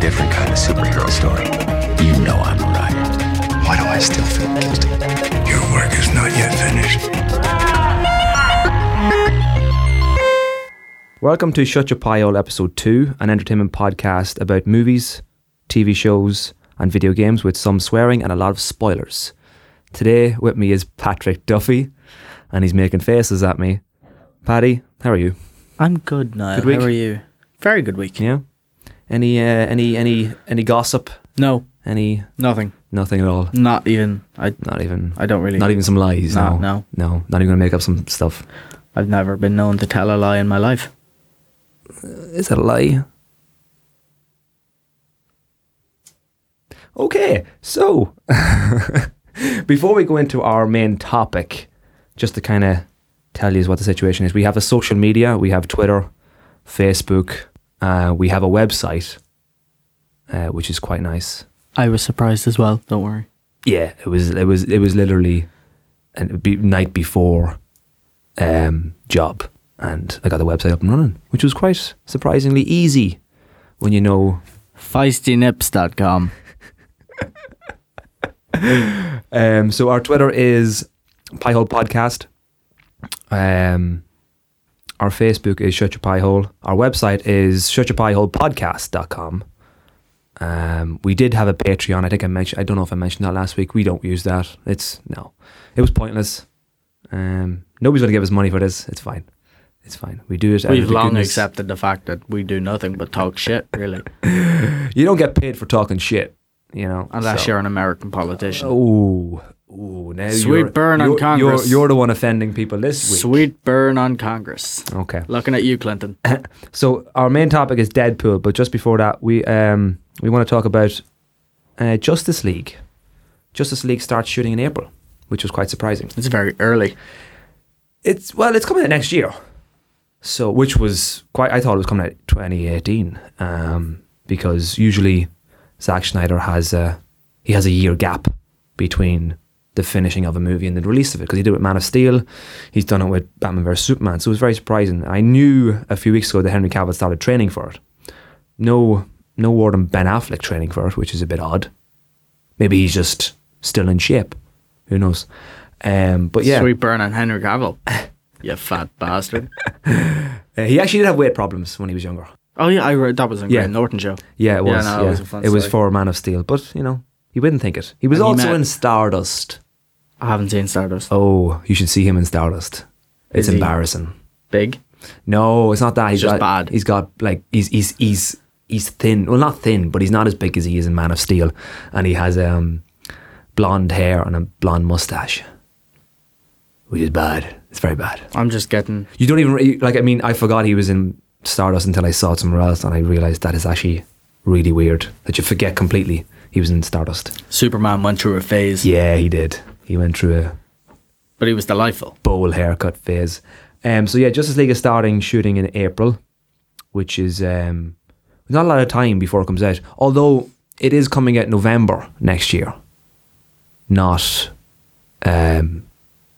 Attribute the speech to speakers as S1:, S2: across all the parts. S1: different kind of superhero story. You know I'm right. Why do I still feel guilty?
S2: Your work is not yet finished.
S3: Welcome to Shut Your Pie Hole Episode 2, an entertainment podcast about movies, TV shows, and video games with some swearing and a lot of spoilers. Today with me is Patrick Duffy, and he's making faces at me. Paddy, how are you?
S4: I'm good now.
S3: Good week?
S4: How are you? Very good week.
S3: Yeah. Any uh, any any any gossip?
S4: No,
S3: Any
S4: nothing.
S3: nothing at all?
S4: Not even. I
S3: Not even
S4: I don't really.
S3: not even some lies.
S4: No,
S3: no, no. Not even gonna make up some stuff.
S4: I've never been known to tell a lie in my life.
S3: Is that a lie? Okay, so before we go into our main topic, just to kind of tell you what the situation is, we have a social media, we have Twitter, Facebook, uh, we have a website, uh, which is quite nice.
S4: I was surprised as well. Don't worry.
S3: Yeah, it was it was it was literally and be, night before um, job, and I got the website up and running, which was quite surprisingly easy when you know
S4: FeistyNips.com.
S3: Um, so our Twitter is Pie Hole Podcast. Um, our Facebook is Shut Your Pie Hole. Our website is shutyourpieholepodcast.com. Um, we did have a Patreon. I think I mentioned. I don't know if I mentioned that last week. We don't use that. It's no. It was pointless. Um, nobody's going to give us money for this. It's fine. It's fine. We do it. out of
S4: We've
S3: the
S4: long
S3: goodness-
S4: accepted the fact that we do nothing but talk shit, really,
S3: You don't get paid for talking shit. You know.
S4: unless
S3: so-
S4: you're an American politician.
S3: Oh, oh, now
S4: Sweet
S3: you're,
S4: burn on
S3: you're,
S4: Congress.
S3: You're, you're the one offending people this week.
S4: Sweet burn on Congress.
S3: Okay.
S4: Looking at you, Clinton.
S3: So our main topic is Deadpool, but just before that, we um we want to talk about uh, Justice League. Justice League starts shooting in April, which was quite surprising.
S4: It's very early.
S3: It's well, it's coming out next year, so which was quite. I thought it was coming out 2018, um, because usually Zack Snyder has a he has a year gap between the finishing of a movie and the release of it because he did it with Man of Steel, he's done it with Batman vs Superman, so it was very surprising. I knew a few weeks ago that Henry Cavill started training for it. No, no word on Ben Affleck training for it, which is a bit odd. Maybe he's just still in shape. Who knows? Um, but yeah,
S4: Sweet burn on Henry Cavill. you fat bastard.
S3: Uh, he actually did have weight problems when he was younger.
S4: Oh yeah, I read that was in
S3: Yeah.
S4: yeah. Norton show.
S3: Yeah, it was.
S4: no,
S3: yeah.
S4: it was a fun story.
S3: for Man of Steel, but you know, you wouldn't think it. He was
S4: And he
S3: also
S4: met-
S3: in Stardust.
S4: I haven't seen Stardust.
S3: Oh, you should see him in Stardust. It's
S4: Is he-
S3: embarrassing.
S4: Big.
S3: No, it's not that. He's
S4: just
S3: got,
S4: bad.
S3: He's got like he's he's he's he's thin. Well, not thin, but he's not as big as he is in Man of Steel, and he has um blonde hair and a blonde mustache, which is bad. It's very bad.
S4: I'm just getting
S3: You don't even re- like. I mean, I forgot he was in Stardust until I saw it somewhere else, and I realized that is actually really weird that you forget completely he was in Stardust.
S4: Superman went through a phase,
S3: Yeah, he did. He went through a
S4: but he was delightful.
S3: bowl haircut phase. Um, so yeah, Justice League is starting shooting in April, which is um, not a lot of time before it comes out. Although it is coming out November next year, not um,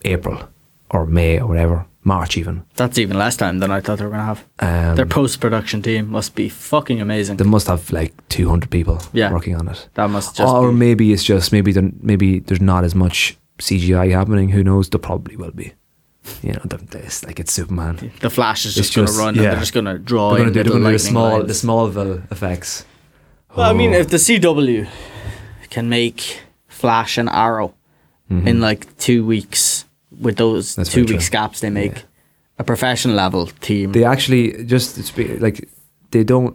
S3: April or May or whatever, March even.
S4: That's even less time than I thought they were gonna have.
S3: Um,
S4: Their post production team must be fucking amazing.
S3: They must have like 200 people
S4: Yeah.
S3: working on it.
S4: that must just
S3: or
S4: be-
S3: maybe it's just maybe there, maybe there's not as much CGI happening. Who knows? There probably will be. You know, the- it's like it's Superman.
S4: the Flash is
S3: It's
S4: just, gonna
S3: just-
S4: run
S3: yeah.
S4: and they're just gonna draw
S3: They're going
S4: in
S3: to do, they're
S4: little
S3: gonna do the
S4: lightning
S3: small
S4: lines.
S3: the Smallville effects.
S4: Well, I mean,
S3: Oh.
S4: if the CW can make Flash and Arrow in like two weeks with those
S3: Mm-hmm. That's
S4: two
S3: very
S4: weeks
S3: true.
S4: gaps, they make a professional level team.
S3: they actually just it's be- like they don't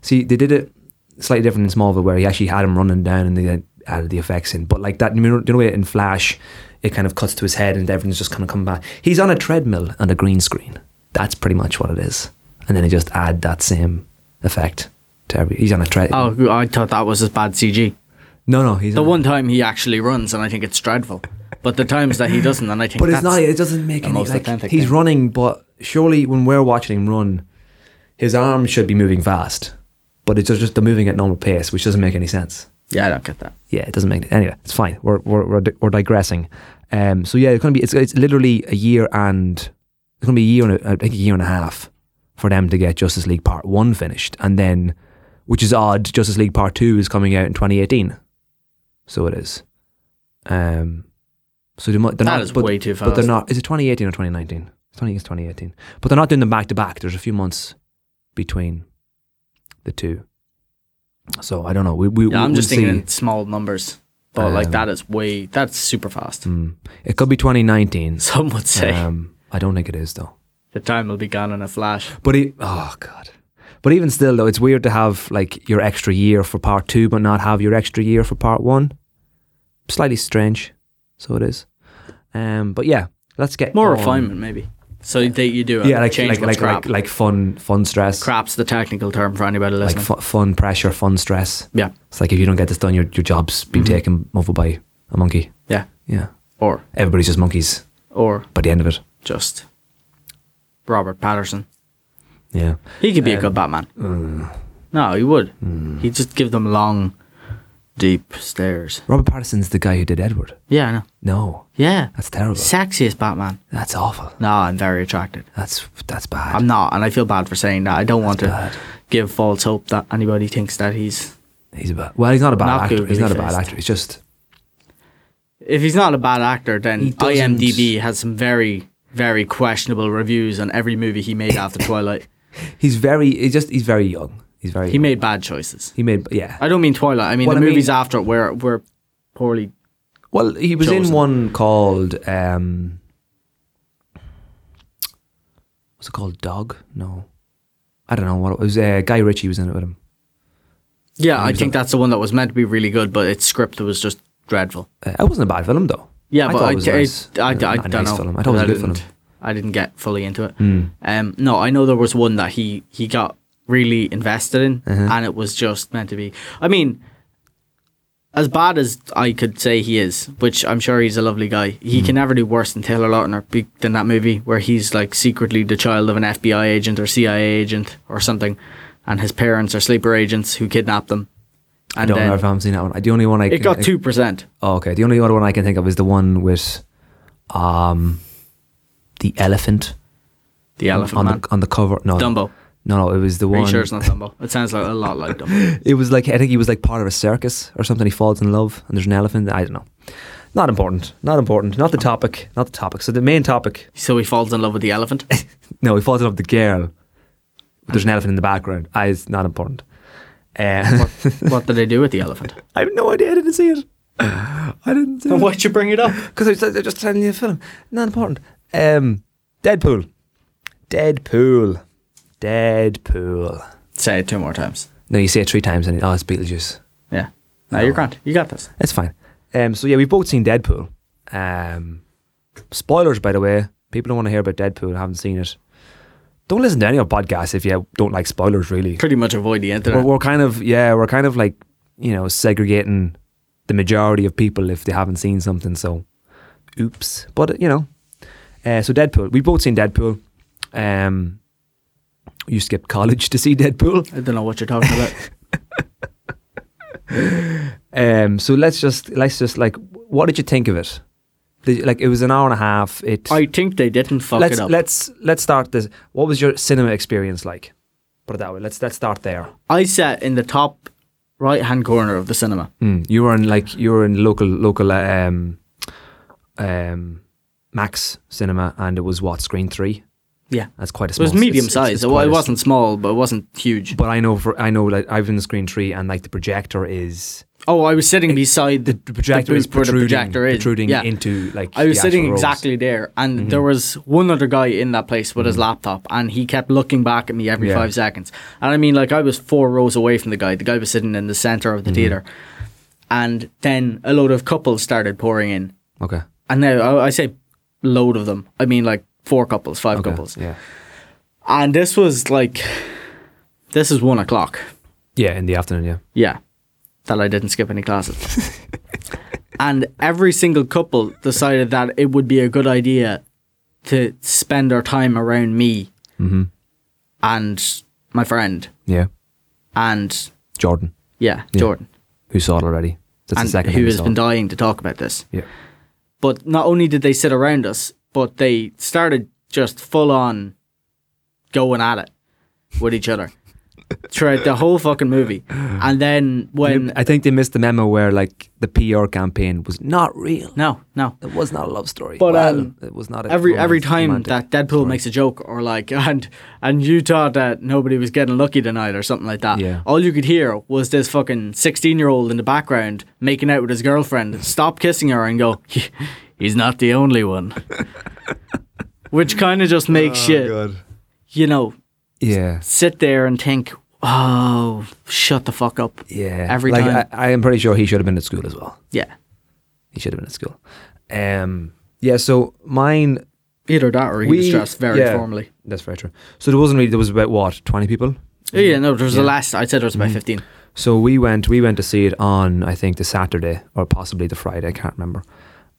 S3: see they did it slightly different in Smallville where he actually had him running down and they then added the effects in. But like that, you know, you know in Flash, it kind of cuts to his head and everything's just kind of coming back. He's on a treadmill and a green screen. That's pretty much what it is. And then they just add that same effect to every. He's on a treadmill.
S4: oh, I thought that was as bad CG.
S3: no, no, he's
S4: The
S3: on-
S4: one time he actually runs, and I think it's dreadful. But the times that he doesn't, and I think
S3: But it's
S4: that's
S3: not. It doesn't make
S4: the
S3: any.
S4: most
S3: Like,
S4: authentic
S3: he's
S4: thing.
S3: running, but surely when we're watching him run, his arm should be moving fast. But it's just they're moving at normal pace, which doesn't make any sense.
S4: Yeah, I don't get that.
S3: Yeah, it doesn't make anyway. It's fine. We're we're we're, di- we're digressing. Um. So yeah, it's gonna be. It's it's literally a year and it's gonna be a year and a, I think a year and a half for them to get Justice League Part One finished, and then which is odd. Justice League Part Two is coming out in 2018, so it is. Um, so they might, they're
S4: That
S3: not.
S4: is
S3: but,
S4: way too
S3: But they're
S4: fast.
S3: not. Is it 2018 or 2019? It's 20 it's 2018. But they're not doing them back to back. There's a few months between the two. So I don't know. We, we
S4: Yeah, I'm
S3: we'll
S4: just
S3: see.
S4: thinking in small numbers, but like
S3: Um,
S4: that is way that's super fast.
S3: Mm. It could be 2019.
S4: Some would say
S3: Um, I don't think it is though.
S4: the time will be gone in a flash.
S3: But e oh god. But even still though, it's weird to have like your extra year for part two, but not have your extra year for part one. Slightly strange, so it is. Um, but yeah, let's get
S4: More
S3: on.
S4: refinement, maybe. So they, you do uh,
S3: Yeah, like
S4: change
S3: like
S4: what's
S3: like,
S4: crap.
S3: like like fun fun stress,
S4: Crap's the technical term for anybody
S3: like
S4: listening.
S3: fu- fun pressure, fun stress.
S4: yeah, Mm-hmm.
S3: It's like if you don't get this done, your your job's been taken over by a monkey.
S4: yeah,
S3: Yeah,
S4: or
S3: everybody's just monkeys
S4: or
S3: by the end of it.
S4: just Robert Patterson.
S3: Yeah,
S4: He could be a
S3: Um,
S4: good Batman.
S3: uh,
S4: No, he would.
S3: hmm.
S4: He'd just give them long, deep stares.
S3: Robert Patterson's the guy who did Edward.
S4: Yeah, I know.
S3: No,
S4: Yeah,
S3: that's terrible.
S4: sexiest Batman.
S3: That's awful.
S4: No, I'm very attracted.
S3: That's that's bad.
S4: I'm not, and I feel bad for saying that. I don't want to
S3: bad.
S4: give false hope that anybody thinks that he's.
S3: He's a bad. Well, he's not a bad
S4: Not
S3: actor.
S4: good,
S3: He's not a
S4: really
S3: bad
S4: fast.
S3: actor. He's just
S4: If he's not a bad actor, then
S3: He doesn't-
S4: IMDb has some very, very questionable reviews on every movie he made after Twilight.
S3: he's very. He's just he's very young. He's very.
S4: He
S3: young.
S4: made bad choices.
S3: He made. Yeah.
S4: I don't mean Twilight. I mean
S3: Well, I
S4: the
S3: mean-
S4: movies after it were were poorly.
S3: well, he was in
S4: Chosen.
S3: one called. um Was it called Dog? No, I don't know what it was. Uh, Guy Ritchie was in it with him.
S4: Yeah, I think that's the one that was meant to be really good, but its script was just dreadful.
S3: Uh, it wasn't a bad film though.
S4: Yeah,
S3: I
S4: but
S3: thought
S4: I,
S3: it was
S4: I,
S3: nice.
S4: I, I
S3: Not a
S4: don't
S3: nice
S4: know.
S3: Film. I thought it was a good film. Hmm.
S4: didn't- I didn't get fully into it. Um, no, I know there was one that he he got really invested in,
S3: Uh-huh.
S4: and it was just meant to be. I mean, as bad as I could say he is, which I'm sure he's a lovely guy, he
S3: Hmm.
S4: can never do worse than Taylor Lautner be- than that movie where he's like secretly the child of an FBI agent or CIA agent or something, and his parents are sleeper agents who kidnap them.
S3: I
S4: And
S3: don't
S4: then
S3: know if I've seen that one. The only one I
S4: it
S3: can-
S4: got
S3: I-
S4: two percent.
S3: Oh, okay. The only other one I can think of is the one with, um, the elephant
S4: The elephant
S3: on
S4: man,
S3: the on the cover. No,
S4: Dumbo.
S3: No, no, it was the
S4: Are
S3: one.
S4: you sure it's not Dumbo? It sounds like a lot like Dumbo.
S3: It was like I think he was like part of a circus or something. He falls in love and there's an elephant. I don't know. Not important. Not important. Not the topic. Not the topic. So the main topic.
S4: So he falls in love with the elephant.
S3: No, he falls in love with the girl. But there's an elephant in the background. I, it's not important. Uh,
S4: what, what did they do with the elephant?
S3: I have no idea. I didn't see it. I didn't. See it.
S4: you bring it up?
S3: Because I was I was just telling you the film. Not important. Um, Deadpool. Deadpool. Deadpool.
S4: Say it two more times.
S3: No, you say it three times and it- oh, it's Beetlejuice.
S4: Yeah. No, you're grand. You got this.
S3: It's fine. Um, so yeah, we've both seen Deadpool. Um, spoilers, by the way. People don't want to hear about Deadpool. and Haven't seen it. Don't listen to any of our podcasts if you don't like spoilers. Really,
S4: Pretty much avoid the internet.
S3: we're, we're kind of yeah, we're kind of like you know segregating the majority of people if they haven't seen something. So, oops. But you know, uh, so Deadpool. We've both seen Deadpool. Um, you skipped college to see Deadpool.
S4: I don't know what you're talking about.
S3: Um, so let's just let's just like, what did you think of it? Did, like it was an hour and a half. It
S4: I think they didn't fuck
S3: let's
S4: it up.
S3: let's let's start this. What was your cinema experience like? Put it that way. Let's let's start there.
S4: I sat in the top right hand corner of the cinema.
S3: Mm. You were in like you were in local local uh, um um Max Cinema, and it was what screen three.
S4: Yeah.
S3: That's quite a
S4: It
S3: small.
S4: was
S3: it's-
S4: medium
S3: it's-
S4: size.
S3: it's
S4: It, wa-
S3: quite
S4: it
S3: a s-
S4: wasn't small, but it wasn't huge.
S3: But I know for I know like I've been in screen three, and like the projector is
S4: Oh, I was sitting beside the, the
S3: projector is
S4: booth where the
S3: protruding,
S4: projector is.
S3: protruding
S4: Yeah.
S3: into like.
S4: I was
S3: the actual Mm-hmm.
S4: sitting
S3: rows.
S4: exactly there, and there was one other guy in that place with his laptop, and he kept looking back at me every
S3: Mm-hmm. Yeah.
S4: five seconds. And I mean, like, I was four rows away from the guy. The guy was sitting in the center
S3: Mm-hmm.
S4: of the theater. And then a load of couples started pouring in.
S3: Okay.
S4: And now I, I say load of them. I mean, like, four couples, five
S3: Okay.
S4: couples.
S3: Yeah.
S4: And this was like, this is one o'clock.
S3: Yeah, in the afternoon. Yeah.
S4: Yeah. That I didn't skip any classes. and every single couple decided that it would be a good idea to spend their time around me
S3: Mm-hmm.
S4: and my friend
S3: Yeah.
S4: and
S3: Jordan,
S4: yeah,
S3: Yeah.
S4: Jordan.
S3: who saw it already. That's
S4: And
S3: the second
S4: who
S3: time he
S4: has
S3: saw
S4: been
S3: it.
S4: dying to talk about this.
S3: Yeah.
S4: But not only did they sit around us, but they started just full on going at it with each other. throughout the whole fucking movie. And then when
S3: I think they missed the memo where like the PR campaign was not real.
S4: no, no,
S3: It was not a love story.
S4: But,
S3: Well,
S4: um,
S3: it was not a
S4: every every
S3: romance-
S4: time
S3: romantic
S4: that Deadpool
S3: story.
S4: makes a joke or like and and you thought that nobody was getting lucky tonight or something like that.
S3: Yeah.
S4: All you could hear was this fucking sixteen year old in the background making out with his girlfriend. Stop kissing her and go. "He- He's not the only one. Which kind of just makes you you know
S3: yeah,
S4: sit there and think, oh, shut the fuck up.
S3: yeah,
S4: Every
S3: like,
S4: time.
S3: I, I am pretty sure he should have been at school as well.
S4: yeah.
S3: He should have been at school. Um, yeah. So mine,
S4: Either that or he
S3: we
S4: was dressed very
S3: yeah,
S4: formally.
S3: That's very true. So there wasn't really. There was about what twenty people.
S4: Yeah, no, there was the last, I'd say there was
S3: Mm-hmm.
S4: about 15.
S3: So we went we went to see it on I think the Saturday or possibly the Friday, I can't remember.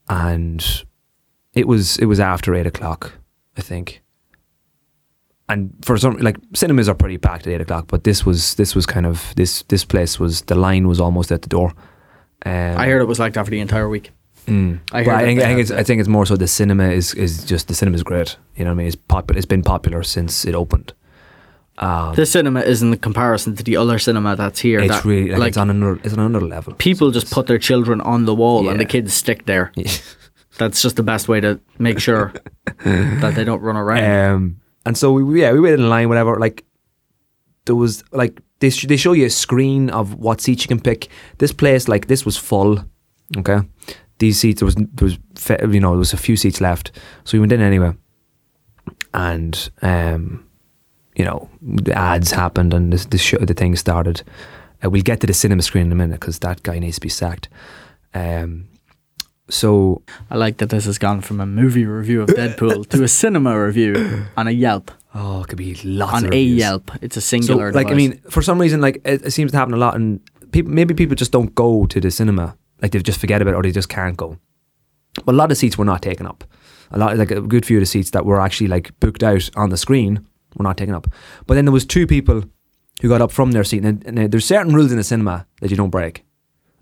S3: And it was it was after eight o'clock, I think. And for some like cinemas are pretty packed at eight o'clock, but this was this was kind of this this place was the line was almost at the door. Um,
S4: I heard it was like that for the entire week.
S3: Mm.
S4: I
S3: But
S4: heard
S3: I
S4: that
S3: think,
S4: they
S3: I think
S4: had
S3: it's I think it's more so the cinema is is just the cinema's great. You know what I mean? It's popular. It's been popular since it opened. Um,
S4: This cinema is in the comparison to the other cinema that's here.
S3: it's
S4: that,
S3: really like, it's on another it's on another level.
S4: people just put their children on the wall and the
S3: Yeah.
S4: kids stick there. That's just the best way to make sure that they don't run around.
S3: Um, and so we yeah we waited in line whatever like there was like they sh- they show you a screen of what seats you can pick. This place like this was full, okay. These seats there was there was fe- you know there was a few seats left, so we went in anyway. And um, you know the ads happened and this, this show, the thing started. Uh, we'll get to the cinema screen in a minute because that guy needs to be sacked. Um, so
S4: I like that this has gone from a movie review of Deadpool to a cinema review on a Yelp.
S3: oh, it could be lots
S4: On
S3: of
S4: a
S3: reviews.
S4: Yelp. It's a
S3: So,
S4: singular
S3: like, I
S4: device.
S3: mean, for some reason, like it, it seems to happen a lot, and people maybe people just don't go to the cinema, like they just forget about it or they just can't go. But a lot of seats were not taken up. A lot, like a good few of the seats that were actually like booked out on the screen were not taken up. But then there was two people who got up from their seat, and, and there's certain rules in the cinema that you don't break.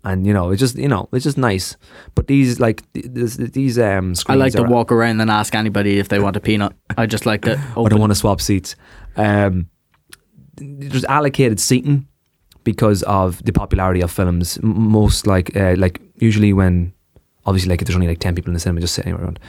S3: And you know, it's just you know, it's just nice. But these like th- this, these um,
S4: I
S3: screens
S4: like to
S3: are-
S4: walk around and ask anybody if they want a peanut. I just like to oh,
S3: I
S4: open
S3: don't want to swap seats. Um, there's allocated seating because of the popularity of films. M- Most like uh, like usually when obviously like if there's only like ten people in the cinema, just sit anywhere around.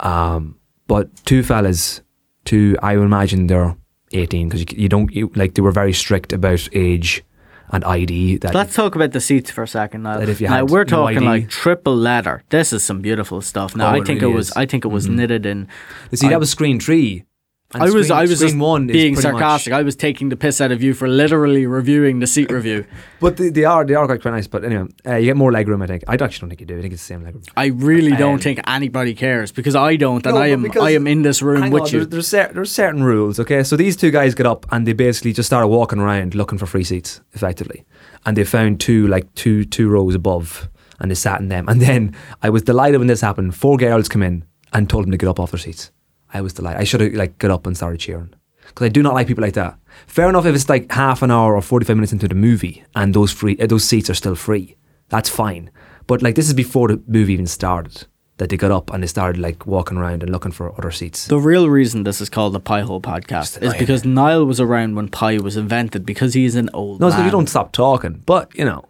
S3: Um, but two fellas, two I would imagine they're eighteen because you, c- you don't you, like they were very strict about age and ID. That
S4: Let's talk about the seats for a second. Now,
S3: That if you
S4: now
S3: had
S4: we're
S3: no
S4: talking
S3: ID.
S4: like triple leather. This is some beautiful stuff. Now
S3: Oh,
S4: I
S3: it
S4: think
S3: really
S4: it was
S3: is. Mm-hmm.
S4: I think it was knitted in.
S3: You see
S4: I-
S3: that was screen three. And
S4: I was
S3: screen-
S4: I was
S3: screen
S4: just
S3: one is
S4: being
S3: pretty much-
S4: sarcastic. I was taking the piss out of you for literally reviewing the seat review.
S3: but they, they are they are quite quite nice. But anyway, uh, you get more leg room. I think I actually don't think you do. I think it's the same leg room.
S4: I really don't
S3: Um,
S4: think anybody cares because I don't, and
S3: No,
S4: I
S3: but
S4: am
S3: because-
S4: I am in this room
S3: Hang
S4: with
S3: on,
S4: you.
S3: There's, there's, cer- there's certain rules, okay? So these two guys get up and they basically just started walking around looking for free seats, effectively. And they found two, like two, two rows above, and they sat in them. And then I was delighted when this happened. Four girls come in and told them to get up off their seats. I was delighted. I should have like got up and started cheering because I do not like people like that. Fair enough if it's like half an hour or forty five minutes into the movie and those free uh, those seats are still free. That's fine. But like this is before the movie even started that they got up and they started like walking around and looking for other seats.
S4: The real reason this is called the Pie Hole Podcast is because Niall was around when pie was invented because he's an old
S3: No, it's
S4: man.
S3: 'cause you don't stop talking, but you know,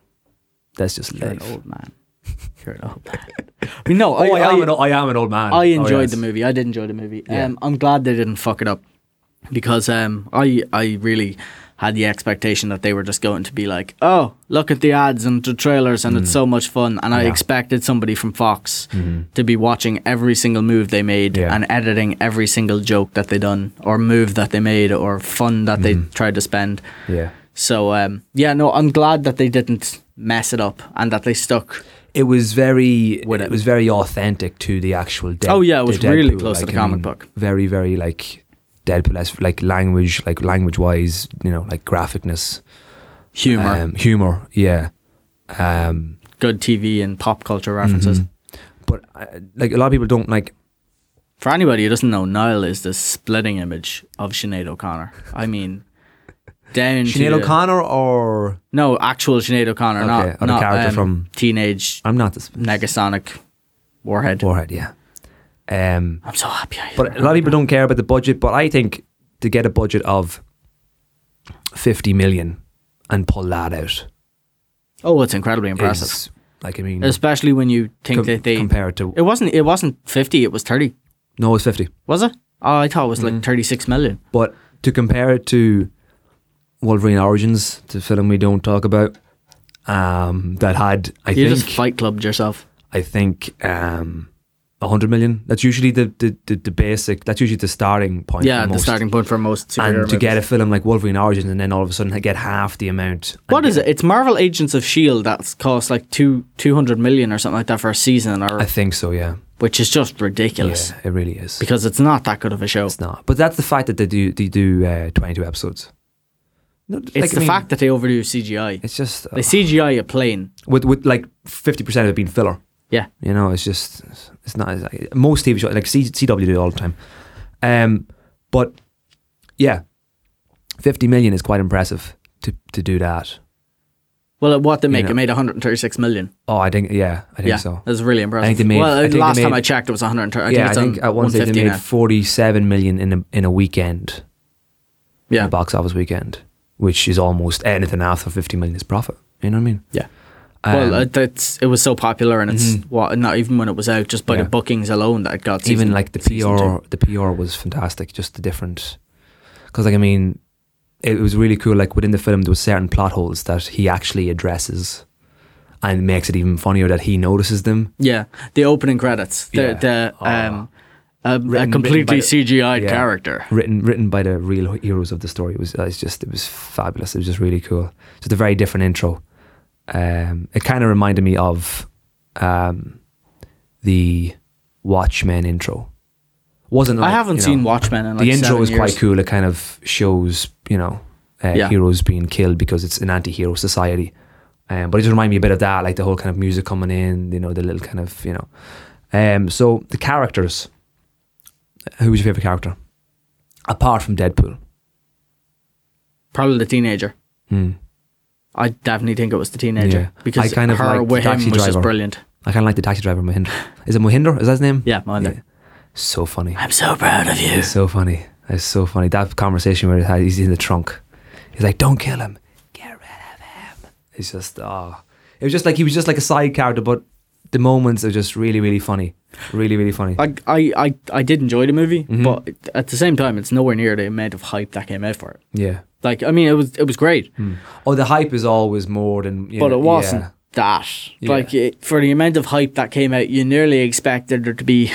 S3: that's just
S4: You're
S3: life.
S4: an old man. You're an old man. I mean, no,
S3: oh, I, am an, o- I am an old man.
S4: I
S3: Oh,
S4: enjoyed
S3: yes.
S4: the movie. I did enjoy the movie.
S3: Yeah.
S4: Um, I'm glad they didn't fuck it up because um, I I really had the expectation that they were just going to be like, oh, look at the ads and the trailers and it's so much fun. And I
S3: Mm. Yeah. Mm-hmm.
S4: expected somebody from Fox to be watching every single move they made
S3: Yeah.
S4: and editing every single joke that they done or move that they made or fun that they tried to spend.
S3: Mm-hmm. Yeah,
S4: So um, yeah, no, I'm glad that they didn't mess it up and that they stuck.
S3: it was very,
S4: With
S3: it,
S4: it.
S3: was very authentic to the actual. Dead,
S4: Oh, yeah, it
S3: to
S4: was really
S3: Deadpool,
S4: close to the
S3: I
S4: comic book.
S3: Very, very like Deadpool, as- like language, like language wise, you know, like graphicness,
S4: Humor,
S3: um, humor, yeah. Um,
S4: good TV, and pop culture references.
S3: mm-hmm. but uh, like a lot of people don't like.
S4: For anybody who doesn't know, Niall is the splitting image of Sinead O'Connor. I mean, down
S3: Sinead
S4: to the-
S3: O'Connor or
S4: No, actual Sinead O'Connor,
S3: Okay, or
S4: not
S3: the
S4: not
S3: character
S4: um,
S3: from-
S4: teenage
S3: I'm not this
S4: Negasonic Warhead.
S3: Warhead, yeah. Um,
S4: I'm so happy. I
S3: But a lot of people don't care about the budget. But I think to get a budget of 50 million and pull that out.
S4: Oh, it's incredibly impressive.
S3: is, like, I mean,
S4: Especially when you think
S3: com-
S4: that they
S3: compared to.
S4: it wasn't it wasn't fifty, it was thirty,
S3: no, it's 50.
S4: was it? Oh, I thought it was
S3: Mm.
S4: like thirty six million.
S3: But to compare it to Wolverine Origins, the film we don't talk about, um, that had, I
S4: You
S3: think,
S4: just fight clubbed yourself.
S3: I think, um, 100 million. That's usually the, the, the, the basic, that's usually the starting point.
S4: Yeah,
S3: for
S4: the
S3: most.
S4: starting point for most superhero
S3: And to
S4: movies.
S3: get a film like Wolverine Origins and then all of a sudden get half the amount. and
S4: What
S3: get-
S4: is it? It's Marvel Agents of Shield E that's cost like two two hundred million or something like that for a season, or
S3: I think so, yeah.
S4: which is just
S3: Yeah,
S4: ridiculous
S3: it really is.
S4: because it's not that good of a show. It's,
S3: It's not. But that's the fact that they do they do uh, 22 episodes. No, like, I
S4: the
S3: mean,
S4: fact that they overdo CGI.
S3: It's just uh,
S4: They CGI a plane.
S3: with with like 50% of it being filler.
S4: Yeah,
S3: You know, it's just it's- it's not it's like, most TV shows like C, CW do it all the time. Um, but yeah, 50 million is quite impressive to to do that.
S4: Well, what they make,
S3: know.
S4: it made 136 million.
S3: Oh, I think yeah, I think
S4: yeah,
S3: so.
S4: that's really impressive.
S3: think they made-
S4: well,
S3: I think they
S4: last time
S3: made-
S4: I checked, it was 130. I
S3: yeah, I
S4: think
S3: think
S4: it's
S3: at
S4: on
S3: one stage they
S4: 150
S3: made
S4: now.
S3: 47 million in a in a weekend,
S4: yeah,
S3: a box office weekend, which is almost anything after 50 million is profit. You know what I mean?
S4: yeah.
S3: Um, mm-hmm.
S4: well, uh, that's it was so popular, and it's what not even when it was out, just by
S3: Yeah.
S4: the bookings alone that it got season,
S3: even like the
S4: season two.
S3: PR, the PR was fantastic. Just the different, because like I mean, it was really cool. Like within the film, there was certain plot holes that he actually addresses, and makes it even funnier that he notices them.
S4: Yeah, the opening credits. The
S3: Yeah. Ah.
S4: the um, a, a
S3: written by
S4: completely
S3: the-
S4: CGI
S3: yeah.
S4: character.
S3: Written written by the real heroes of the story. It was uh, it's just it was fabulous. It was just really cool. Just a very different intro. Um, it kind of reminded me of um, the Watchmen intro. Wasn't
S4: I
S3: like,
S4: haven't
S3: you
S4: seen
S3: know,
S4: Watchmen in like
S3: the intro
S4: seven
S3: is quite
S4: years.
S3: cool. It kind of shows, you know, uh,
S4: Yeah.
S3: heroes being killed because it's an anti-hero society. Um, but it just reminded me a bit of that, like the whole kind of music coming in, you know, the little kind of, you know. Um, so the characters. Who was your favorite character, apart from Deadpool?
S4: Probably the teenager.
S3: Hmm.
S4: I definitely think it was the teenager
S3: Yeah.
S4: because
S3: I kind of
S4: her
S3: liked
S4: with
S3: the
S4: him
S3: taxi
S4: was just
S3: driver.
S4: brilliant.
S3: I kind of like the taxi driver Mahinder. Is it Mahinder? Is that his name?
S4: Yeah, Mahinder.
S3: So funny.
S4: I'm so proud of you.
S3: It's so funny. It's so funny. That conversation where he had- he's in the trunk. He's like, "Don't kill him. Get rid of him." It's just ah. It was just like he was just like a side character, but the moments are just really, really funny. Really, really funny.
S4: I, I, I, I did enjoy the movie,
S3: Mm-hmm.
S4: but at the same time, it's nowhere near the amount of hype that came out for it.
S3: yeah.
S4: Like, I mean, it was it was great,
S3: Oh, the hype is always more than. You
S4: but
S3: know,
S4: it wasn't
S3: yeah.
S4: that.
S3: Yeah.
S4: Like, it, for the amount of hype that came out, you nearly expected there to be,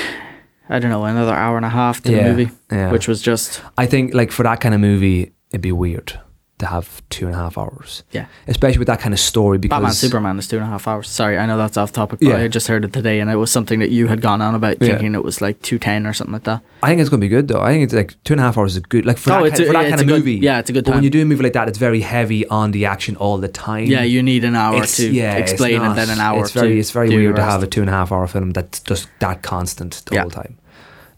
S4: I don't know, another hour and a half to
S3: Yeah,
S4: the movie,
S3: yeah.
S4: which was just
S3: I think like for that kind of movie, it'd be weird to have two and a half hours.
S4: yeah.
S3: Especially with that kind of story because
S4: Batman Superman is two and a half hours. Sorry, I know that's off topic, but
S3: Yeah.
S4: I just heard it today, and it was something that you had gone on about,
S3: Yeah.
S4: thinking it was like two ten or something like that.
S3: I think it's gonna be good though. I think it's like two and a half hours is a good like for
S4: Oh,
S3: that,
S4: it's
S3: kind,
S4: a-
S3: for that
S4: yeah,
S3: kind
S4: it's
S3: of
S4: a good-
S3: movie.
S4: yeah, it's a good
S3: But when
S4: time.
S3: you do a movie like that, it's very heavy on the action all the time.
S4: Yeah, you need an hour
S3: Mm. It's-
S4: to
S3: yeah, it's
S4: explain,
S3: not-
S4: and then an hour.
S3: It's very
S4: to
S3: it's very
S4: do the
S3: weird to
S4: rest.
S3: have a two and a half hour film that's just that constant the
S4: Yeah.
S3: whole time.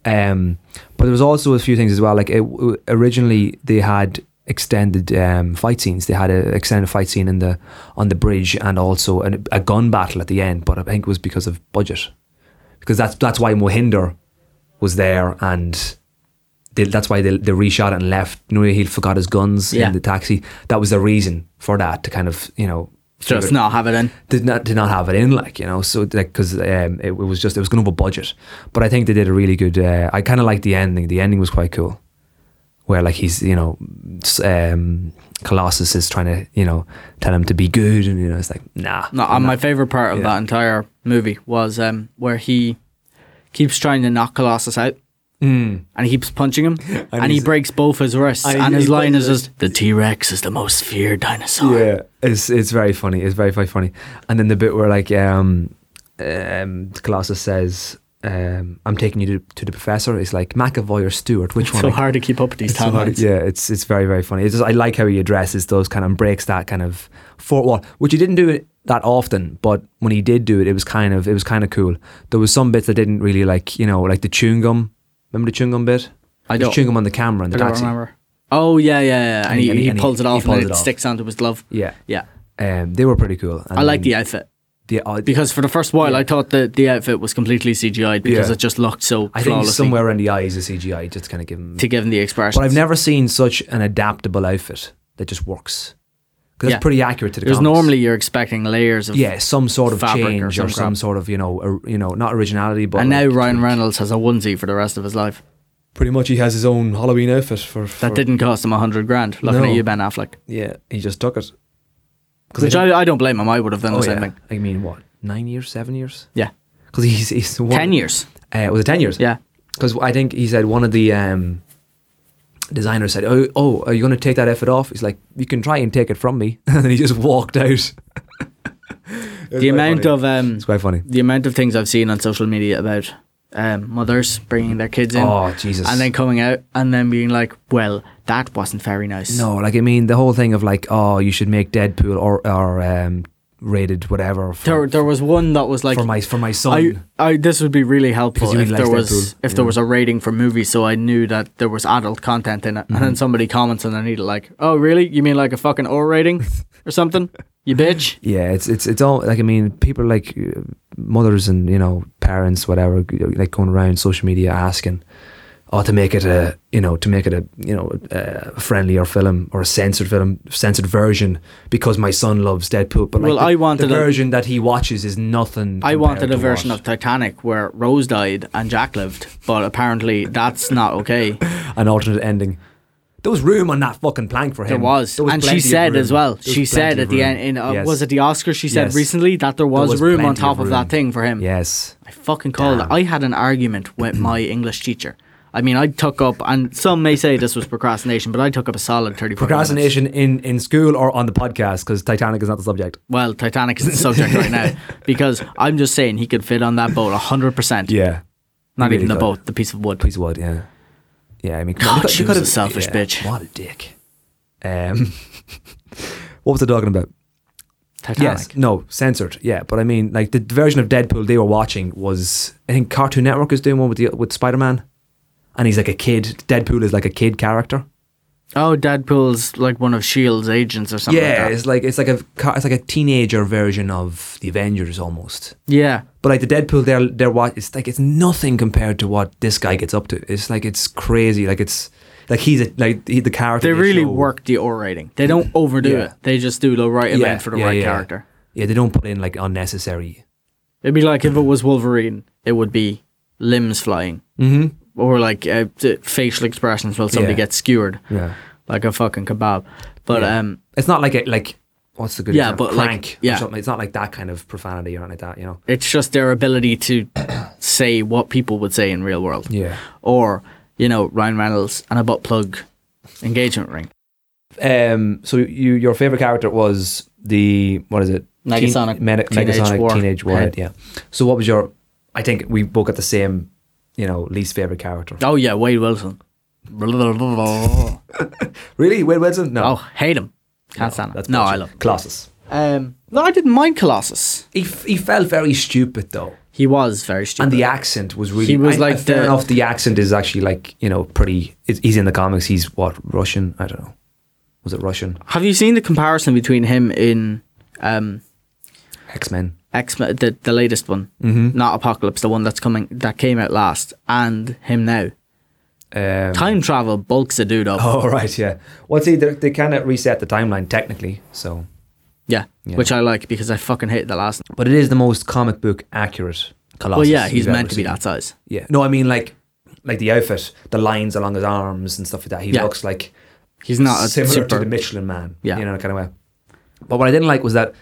S3: Um, but there was also a few things as well. Like it, w- originally they had extended um, fight scenes. They had an extended fight scene in the on the bridge and also an, a gun battle at the end. But I think it was because of budget, because that's that's why Mohinder was there and. They, that's why they, they reshot it and left. Nuhil forgot his guns
S4: Yeah.
S3: in the taxi. That was the reason for that to kind of you know
S4: Just
S3: figure-
S4: not have it in.
S3: did not did not have it in like you know so like because um, it, it was just it was going over budget but I think they did a really good uh, I kind of liked the ending the ending was quite cool where like he's you know s- um, Colossus is trying to you know tell him to be good and you know it's like nah
S4: No, and my favorite part of
S3: Yeah.
S4: that entire movie was um, where he keeps trying to knock Colossus out. And he keeps punching him, and, he
S3: Mm. he's-
S4: breaks both his wrists.
S3: And
S4: and
S3: he-
S4: his
S3: he
S4: line is
S3: punches
S4: just, "The T Rex is the most feared dinosaur."
S3: yeah it's it's very funny it's very very funny and then the bit where like um, um, Colossus says um, I'm taking you to, to the professor it's like McAvoy or Stewart which one
S4: So
S3: Like,
S4: hard to keep up with these
S3: It's so hard-
S4: timelines.
S3: yeah, it's it's very very funny. It's just, I like how he addresses those kind of breaks that kind of fourth wall, which he didn't do it that often. But when he did do it, it was kind of it was kind of cool. There was some bits I didn't really like, you know, like the chewing gum. Remember the chewing gum bit?
S4: I
S3: There's
S4: don't-
S3: chewing gum on the camera in the
S4: I don't
S3: taxi.
S4: remember. Oh yeah, yeah, yeah. And, he,
S3: he- and
S4: he,
S3: he-
S4: pulls it
S3: he
S4: off
S3: pulls
S4: and
S3: it
S4: it
S3: off.
S4: sticks onto his glove.
S3: Yeah,
S4: Yeah.
S3: um, they were pretty cool. And
S4: I like
S3: then
S4: the outfit
S3: the uh,
S4: because for the first while I thought that the outfit was completely CGI'd because
S3: Yeah.
S4: it just looked so
S3: I think
S4: flawlessly
S3: somewhere in the eyes is CGI just to kind of give them.
S4: to give him the expression.
S3: But I've never seen such an adaptable outfit. that just works. Because
S4: Yeah.
S3: that's pretty accurate to the
S4: Because
S3: comics.
S4: normally you're expecting layers of
S3: yeah, some sort of
S4: fabric or
S3: change or some,
S4: some crap.
S3: sort of you know, or, you know, not originality, but
S4: And now
S3: like-
S4: Ryan Reynolds has a onesie for the rest of his life.
S3: pretty much he has his own Halloween outfit for,
S4: That
S3: for-
S4: didn't cost him a hundred grand. Looking
S3: No.
S4: at you, Ben Affleck.
S3: Yeah, he just took it. 'Cause
S4: Which
S3: I
S4: I, I don't blame him. I would have done
S3: think-
S4: the
S3: oh,
S4: same
S3: yeah.
S4: thing.
S3: I mean, what nine years, seven years?
S4: Yeah.
S3: Because he's he's one,
S4: Ten years.
S3: Uh, was it ten years?
S4: Yeah.
S3: Because I think he said one of the um, designers said, "Oh, oh, are you going to take that effort off?" He's like, "You can try and take it from me," and then he just walked out.
S4: The amount of um,
S3: it's quite funny.
S4: the amount of things I've seen on social media about um, mothers bringing their kids in
S3: Oh Jesus!
S4: and then coming out and then being like, "Well, that wasn't very nice."
S3: no, like I mean, the whole thing of like, oh, you should make Deadpool or or um, rated whatever
S4: There,
S3: for,
S4: there was one that was like
S3: for my for my
S4: I,
S3: son.
S4: I this would be really helpful
S3: Because you
S4: if
S3: really
S4: there
S3: likes
S4: was
S3: Deadpool,
S4: if there
S3: yeah.
S4: was a rating for movies so I knew that there was adult content in it and
S3: Mm-hmm.
S4: then somebody comments and I need it like oh really you mean like a fucking R rating or something you bitch
S3: yeah, it's it's it's all like I mean, people like uh, mothers and you know parents, whatever, g- uh, like going around social media asking, oh, to make it a you know to make it a you know a friendlier film or a censored film, censored version because my son loves Deadpool, but like
S4: Well,
S3: the,
S4: I
S3: the
S4: wanted a-
S3: version that he watches is nothing.
S4: I
S3: compared
S4: wanted
S3: to
S4: a version
S3: what-
S4: of Titanic where Rose died and Jack lived but apparently that's not okay
S3: an alternate ending. There was room on that fucking plank for him.
S4: there was, and
S3: plenty
S4: she
S3: of
S4: said as
S3: room.
S4: well
S3: There was
S4: she said
S3: plenty
S4: at
S3: of
S4: the
S3: room.
S4: end in uh,
S3: Yes.
S4: was it the Oscars she said
S3: Yes.
S4: recently that there was,
S3: was
S4: room on
S3: plenty
S4: top
S3: of
S4: of, that
S3: room.
S4: thing for him
S3: Yes.
S4: I fucking called it. I had an argument with my English teacher. I mean, I took up, and some may say this was procrastination, but I took up a solid 30
S3: Procrastination in, in school or on the podcast because Titanic is not the subject.
S4: Well, Titanic is the subject right now because I'm just saying he could fit on that boat 100%.
S3: Yeah.
S4: Not
S3: He
S4: even the
S3: really could.
S4: boat, the piece of wood.
S3: Piece of wood, yeah. Yeah, I mean, come
S4: God,
S3: on, look at-
S4: she
S3: look
S4: was
S3: at
S4: a
S3: him.
S4: selfish
S3: Yeah,
S4: bitch.
S3: What a dick. Um, what was I talking about?
S4: Titanic.
S3: Yes, no, censored. Yeah, but I mean, like the version of Deadpool they were watching was, I think Cartoon Network is doing one with the with Spider Man, and he's like a kid. Deadpool is like a kid character.
S4: Oh, Deadpool's like one of S.H.I.E.L.D.'s agents or something
S3: yeah,
S4: like that.
S3: it's like it's like a ca- it's like a teenager version of the Avengers almost.
S4: Yeah.
S3: But like the Deadpool, they're they're what it's like it's nothing compared to what this guy gets up to. It's like it's crazy. Like it's like he's a, like he, the character.
S4: They really
S3: show-
S4: work the O rating. They don't overdo
S3: Yeah.
S4: it. They just do the right amount for the right
S3: yeah.
S4: character.
S3: Yeah, they don't put in like unnecessary.
S4: It'd be like if it was Wolverine, it would be limbs flying.
S3: Mm-hmm.
S4: or like uh, t- facial expressions while somebody
S3: Yeah.
S4: gets skewered
S3: Yeah,
S4: like a fucking kebab. But
S3: Yeah.
S4: um,
S3: it's not like it like what's the good
S4: Yeah,
S3: example?
S4: but, like,
S3: crank or
S4: yeah.
S3: something. It's not like that kind of profanity or anything like that. You know.
S4: it's just their ability to say what people would say in real world,
S3: Yeah.
S4: or you know Ryan Reynolds and a butt plug engagement ring.
S3: Um. So you your favorite character was the what is it?
S4: Negasonic
S3: Teen, Medi-
S4: Teenage
S3: Negasonic
S4: War-
S3: teenage warhead.
S4: Head.
S3: Yeah. So what was your? I think we both got the same. You know, least favorite character.
S4: Oh yeah, Wade Wilson. oh,
S3: Really, Wade Wilson? No.
S4: hate him. Can't stand him.
S3: That's
S4: Oh. No,
S3: bullshit.
S4: I love. Him.
S3: Colossus.
S4: Um, no, I didn't mind Colossus.
S3: He, f- he felt very stupid though,
S4: He was very stupid.
S3: and the accent was really.
S4: He was
S3: I-
S4: like
S3: I- fair
S4: the-
S3: enough. The accent is actually like you know pretty. It's, he's in the comics. He's what Russian? I don't know. Was it Russian?
S4: Have you seen the comparison between him in um,
S3: X Men.
S4: X Men, the, the latest one, mm-hmm. not Apocalypse, the one that's coming that came out last, and him now.
S3: Um,
S4: Time travel bulks a dude up.
S3: Oh right, yeah. Well, see, they they cannot reset the timeline technically, so.
S4: Yeah,
S3: Yeah.
S4: which I like because I fucking hate the last.
S3: But it is the most comic book accurate. Colossus
S4: Well, yeah, he's
S3: you've ever
S4: meant to be
S3: seen.
S4: that size.
S3: Yeah. No, I mean like, like the outfit, the lines along his arms and stuff like that. He
S4: Yeah.
S3: looks like
S4: He's not a
S3: similar to
S4: super.
S3: the Michelin Man.
S4: Yeah.
S3: You know, kind of way. But what I didn't like was that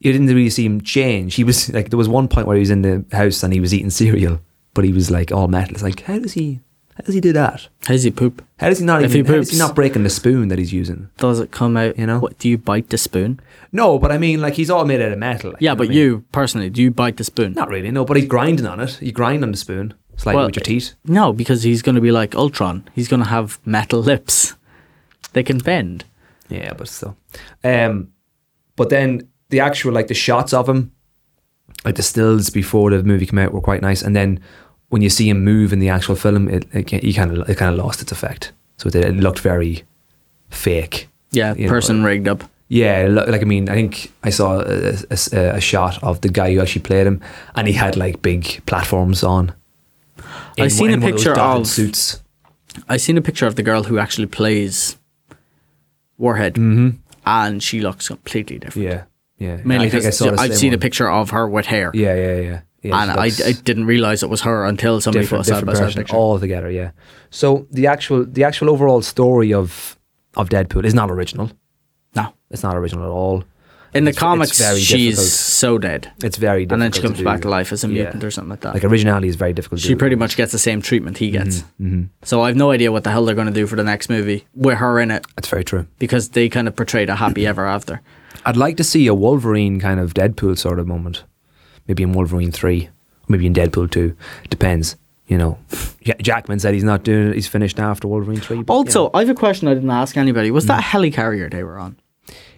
S3: you didn't really see him change. He was like, there was one point where he was in the house and he was eating cereal, but he was like all metal. It's like, how does he, how does he do that?
S4: How's he poop?
S3: How does he not
S4: If
S3: even,
S4: he
S3: how is he
S4: poops.
S3: not breaking the spoon that he's using?
S4: Does it come out?
S3: You know?
S4: what do you bite the spoon?
S3: No, but I mean, like, he's all made out of metal. like,
S4: Yeah,
S3: know what
S4: but
S3: I mean?
S4: you personally, do you bite the spoon?
S3: Not really, no, but he's grinding on it. You grind on the spoon, slightly
S4: Well,
S3: with your teeth.
S4: No, because he's going to be like Ultron. He's going to have metal lips. They can bend.
S3: Yeah, but still. Um, but then the actual like the shots of him, like the stills before the movie came out were quite nice, and then when you see him move in the actual film, it it, ca- you kind of it kind of lost its effect. So it, it looked very fake.
S4: Yeah,
S3: You know,
S4: person rigged up.
S3: Yeah, it looked- like I mean, I think I saw a, a- a- a shot of the guy who actually played him, and he had like big platforms on.
S4: I
S3: In
S4: seen
S3: one-
S4: a
S3: in one those
S4: picture
S3: dotted
S4: of-
S3: suits.
S4: I seen a picture of the girl who actually plays Warhead, mm-hmm. and she looks completely different.
S3: Yeah, yeah.
S4: Mainly because
S3: the
S4: I've
S3: same
S4: seen a
S3: one.
S4: picture of her with hair,
S3: Yeah, yeah, yeah. yeah
S4: and
S3: she
S4: I,
S3: looks-
S4: I didn't realize it was her until somebody put a
S3: different,
S4: side
S3: different
S4: by side
S3: person
S4: picture.
S3: altogether. Yeah. So the actual the actual overall story of of Deadpool is not original.
S4: no,
S3: It's not original at all.
S4: in
S3: It's-
S4: the
S3: it's
S4: comics,
S3: very
S4: she's
S3: difficult.
S4: so dead,
S3: It's very difficult.
S4: and then she
S3: to
S4: comes
S3: do.
S4: back to life as a
S3: Yeah.
S4: mutant or something like that.
S3: Like originality is very difficult. to
S4: she
S3: do.
S4: pretty much gets the same treatment he gets.
S3: Mm-hmm.
S4: So I've no idea what the hell they're going to do for the next movie with her in it
S3: That's very true.
S4: because they kind of portrayed a happy ever after.
S3: I'd like to see a Wolverine kind of Deadpool sort of moment. Maybe in Wolverine 3, maybe in Deadpool 2. Depends, you know. Ja- Jackman said he's not doing it, he's finished after Wolverine 3. but, you
S4: Also,
S3: know.
S4: I have a question I didn't ask anybody. Was
S3: Mm.
S4: that helicarrier they were on?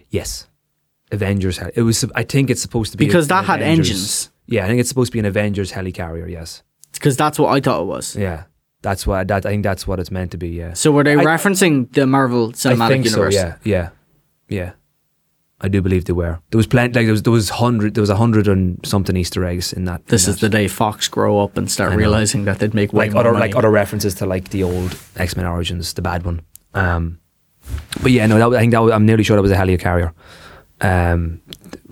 S3: yes. Avengers heli- it was I think it's supposed to be
S4: Because
S3: a-
S4: that
S3: an
S4: had
S3: Avengers-
S4: engines.
S3: Yeah, I think it's supposed to be an Avengers helicarrier, yes.
S4: Because that's what I thought it was.
S3: Yeah. That's why that I think that's what it's meant to be, yeah.
S4: So were they
S3: I-
S4: referencing the Marvel Cinematic
S3: I think
S4: Universe?
S3: so, yeah. Yeah. Yeah. I do believe they were. There was plenty like there was there was hundred there was a hundred and something Easter eggs in that.
S4: This
S3: in
S4: is
S3: that.
S4: the day Fox grow up and start realizing that they'd make way
S3: like
S4: more
S3: other
S4: money.
S3: like other references to like the old X Men Origins, the bad one. Um, but yeah, no, that, was- I think that was, I'm nearly sure that was a helicarrier um,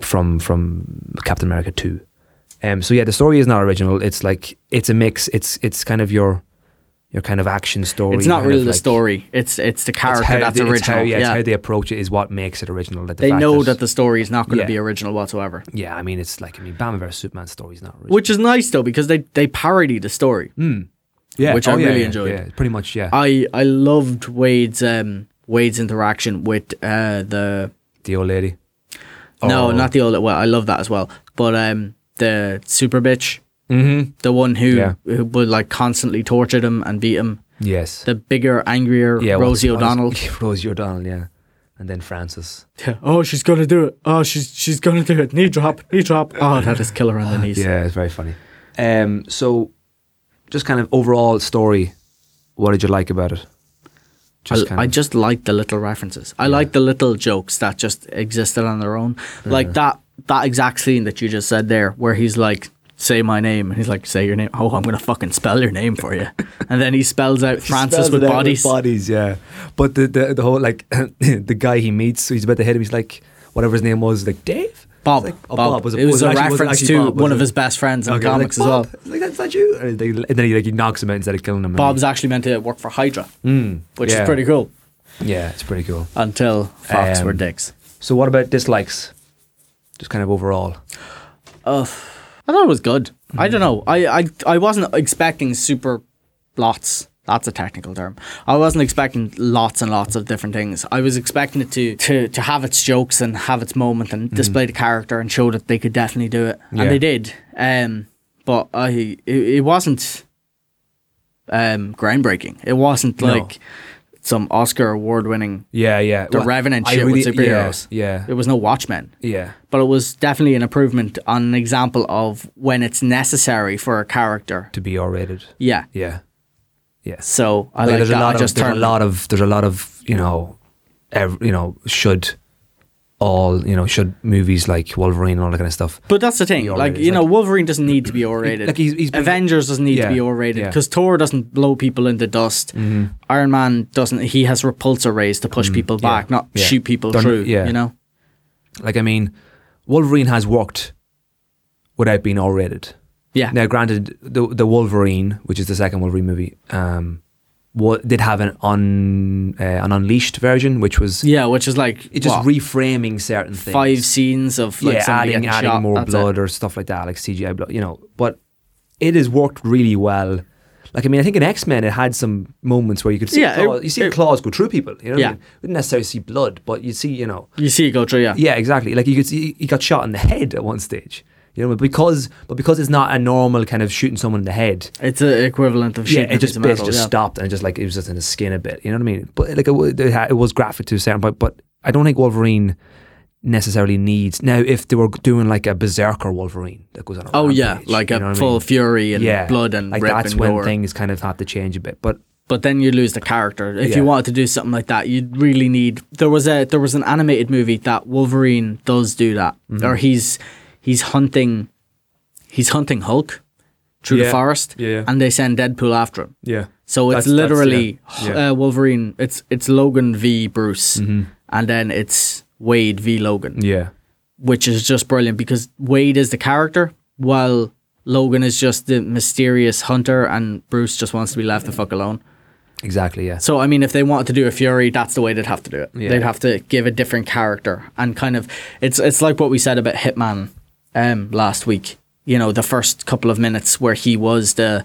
S3: from from Captain America two. Um, so yeah, the story is not original. It's like it's a mix. It's it's kind of your your kind of action story.
S4: it's not
S3: kind
S4: really
S3: of
S4: the
S3: like-
S4: story. It's it's the
S3: it's
S4: character
S3: how
S4: that's
S3: they-
S4: original.
S3: it's how- yeah,
S4: yeah,
S3: it's how they approach it is what makes it original. Like the
S4: they
S3: fact
S4: know that the story is not going to
S3: Yeah.
S4: be original whatsoever.
S3: yeah, I mean, it's like I mean, Batman versus Superman story is not original.
S4: Which is nice though because they they parody the story.
S3: Mm. yeah,
S4: which I really enjoyed.
S3: Yeah, pretty much. Yeah,
S4: I I loved Wade's um Wade's interaction with uh the
S3: the old lady.
S4: no
S3: Oh.
S4: not the old well I love that as well but um the super bitch
S3: Mm-hmm.
S4: the one who
S3: Yeah.
S4: who would like constantly torture him and beat him
S3: Yes.
S4: the bigger angrier
S3: yeah,
S4: Rosie
S3: what is- what is-
S4: O'Donnell
S3: Rosie O'Donnell, yeah, and then Francis.
S4: oh she's gonna do it oh she's she's gonna do it knee drop knee drop oh that is killer on the knees
S3: Ah, Yeah, it's very funny. Um, so, just kind of overall story. What did you like about it?
S4: I,
S3: kind
S4: I
S3: of-
S4: just like the little references. I like the little jokes that just existed on their own.
S3: Uh-huh.
S4: Like that that exact scene that you just said there, where he's like, "Say my name," and he's like, "Say your name." Oh, I'm gonna fucking spell your name for you. and then he spells out Francis
S3: Spells
S4: with
S3: it out
S4: bodies.
S3: bodies, yeah. But the the, the whole like the guy he meets, so he's about to hit him. He's like whatever his name was, like Dave.
S4: Bob,
S3: It's like- oh,
S4: Bob.
S3: Was
S4: it was, a
S3: actually- wasn't
S4: reference
S3: actually
S4: to
S3: Bob, was
S4: one of
S3: it?
S4: his best friends in
S3: Okay, like,
S4: comics
S3: Bob?
S4: as well.
S3: It's Like that's not you. And, they, and then he like he knocks him out instead of killing him.
S4: Bob's actually meant to work for Hydra, which
S3: Hmm. yeah.
S4: is pretty cool.
S3: yeah, it's pretty cool.
S4: Until Fox
S3: Um,
S4: were dicks.
S3: So what about dislikes? Just kind of overall.
S4: I thought it was good. I don't know. I, I I wasn't expecting super lots. That's a technical term. I wasn't expecting lots and lots of different things. I was expecting it to to, to have its jokes and have its moment and display the character and show that they could definitely do it,
S3: Mhm. Yeah.
S4: and they did. Um, but I it, it wasn't um groundbreaking. It wasn't
S3: No.
S4: like some Oscar award winning
S3: Yeah, yeah.
S4: The
S3: Well,
S4: Revenant
S3: I
S4: shit with
S3: really- yeah,
S4: superheroes.
S3: Yeah,
S4: It was no Watchmen
S3: yeah.
S4: but it was definitely an improvement on an example of when it's necessary for a character.
S3: To be R-rated.
S4: Yeah.
S3: Yeah, yes.
S4: So I like,
S3: there's
S4: that.
S3: a lot
S4: I
S3: of
S4: just
S3: there's a
S4: turned-
S3: lot of there's a lot of you know, ev- you know should all you know should movies like Wolverine and all that kind of stuff.
S4: But that's the thing.
S3: Be
S4: Like
S3: R-rated,
S4: you know,
S3: like-
S4: Wolverine doesn't need to be R-rated.
S3: Like, he's- he's been-
S4: Avengers doesn't need
S3: Yeah,
S4: to be R-rated
S3: yeah. Mm-hmm.
S4: because Thor doesn't blow people into dust. Iron Man doesn't. He has repulsor rays to push people
S3: yeah,
S4: back, not
S3: yeah.
S4: shoot people
S3: They're n-
S4: through.
S3: yeah.
S4: You know.
S3: Like I mean, Wolverine has worked without being R-rated.
S4: Yeah.
S3: Now, granted, the the Wolverine, which is the second Wolverine movie, um, wa did have an un uh, an unleashed version, which was
S4: yeah, which is like
S3: it just
S4: what,
S3: reframing certain things.
S4: five scenes of like
S3: yeah,
S4: somebody
S3: adding
S4: getting
S3: adding
S4: shot,
S3: more
S4: that's it.
S3: blood or stuff like that, like CGI blood, you know. But it has worked really well. Like I mean, I think in X Men it had some moments where you could see
S4: Yeah, it-
S3: claws, you see
S4: it-
S3: claws go through people. You know, what I
S4: Yeah.
S3: mean? you didn't necessarily see blood, but you see, you know,
S4: You see it go through. Yeah.
S3: yeah, exactly. Like you could see he got shot in the head at one stage. You know, but because but because it's not a normal kind of shooting someone in the head.
S4: It's an equivalent of shooting
S3: Yeah, it just
S4: a piece of metal,
S3: basically just
S4: yeah.
S3: stopped and just like it was just in his skin a bit. You know what I mean? But like it, wa- it ha- it was graphic to a certain point, but I don't think Wolverine necessarily needs now. If they were doing like a berserker Wolverine that goes on, a
S4: Oh yeah,
S3: rampage,
S4: like
S3: you
S4: a
S3: know what I
S4: full
S3: mean?
S4: fury and blood and
S3: like
S4: rip
S3: that's
S4: and
S3: when
S4: gore.
S3: things kind of have to change a bit. But
S4: But then you lose the character. If you
S3: Yeah.
S4: wanted to do something like that, you'd really need. There was a there was an animated movie that Wolverine does do that,
S3: Mm-hmm.
S4: or he's he's hunting, he's hunting Hulk through the
S3: Yeah,
S4: forest,
S3: yeah, yeah.
S4: and they send Deadpool after him.
S3: yeah, Mm-hmm.
S4: So it's literally Uh, Wolverine. It's it's Logan v Bruce, and then it's Wade v Logan,
S3: Yeah.
S4: which is just brilliant because Wade is the character while Logan is just the mysterious hunter, and Bruce just wants to be left the fuck alone.
S3: Exactly. Yeah.
S4: So I mean, if they wanted to do a Fury, that's the way they'd have to do it.
S3: Yeah.
S4: They'd have to give a different character and kind of it's it's like what we said about Hitman um, last week. You know, the first couple of minutes where he was the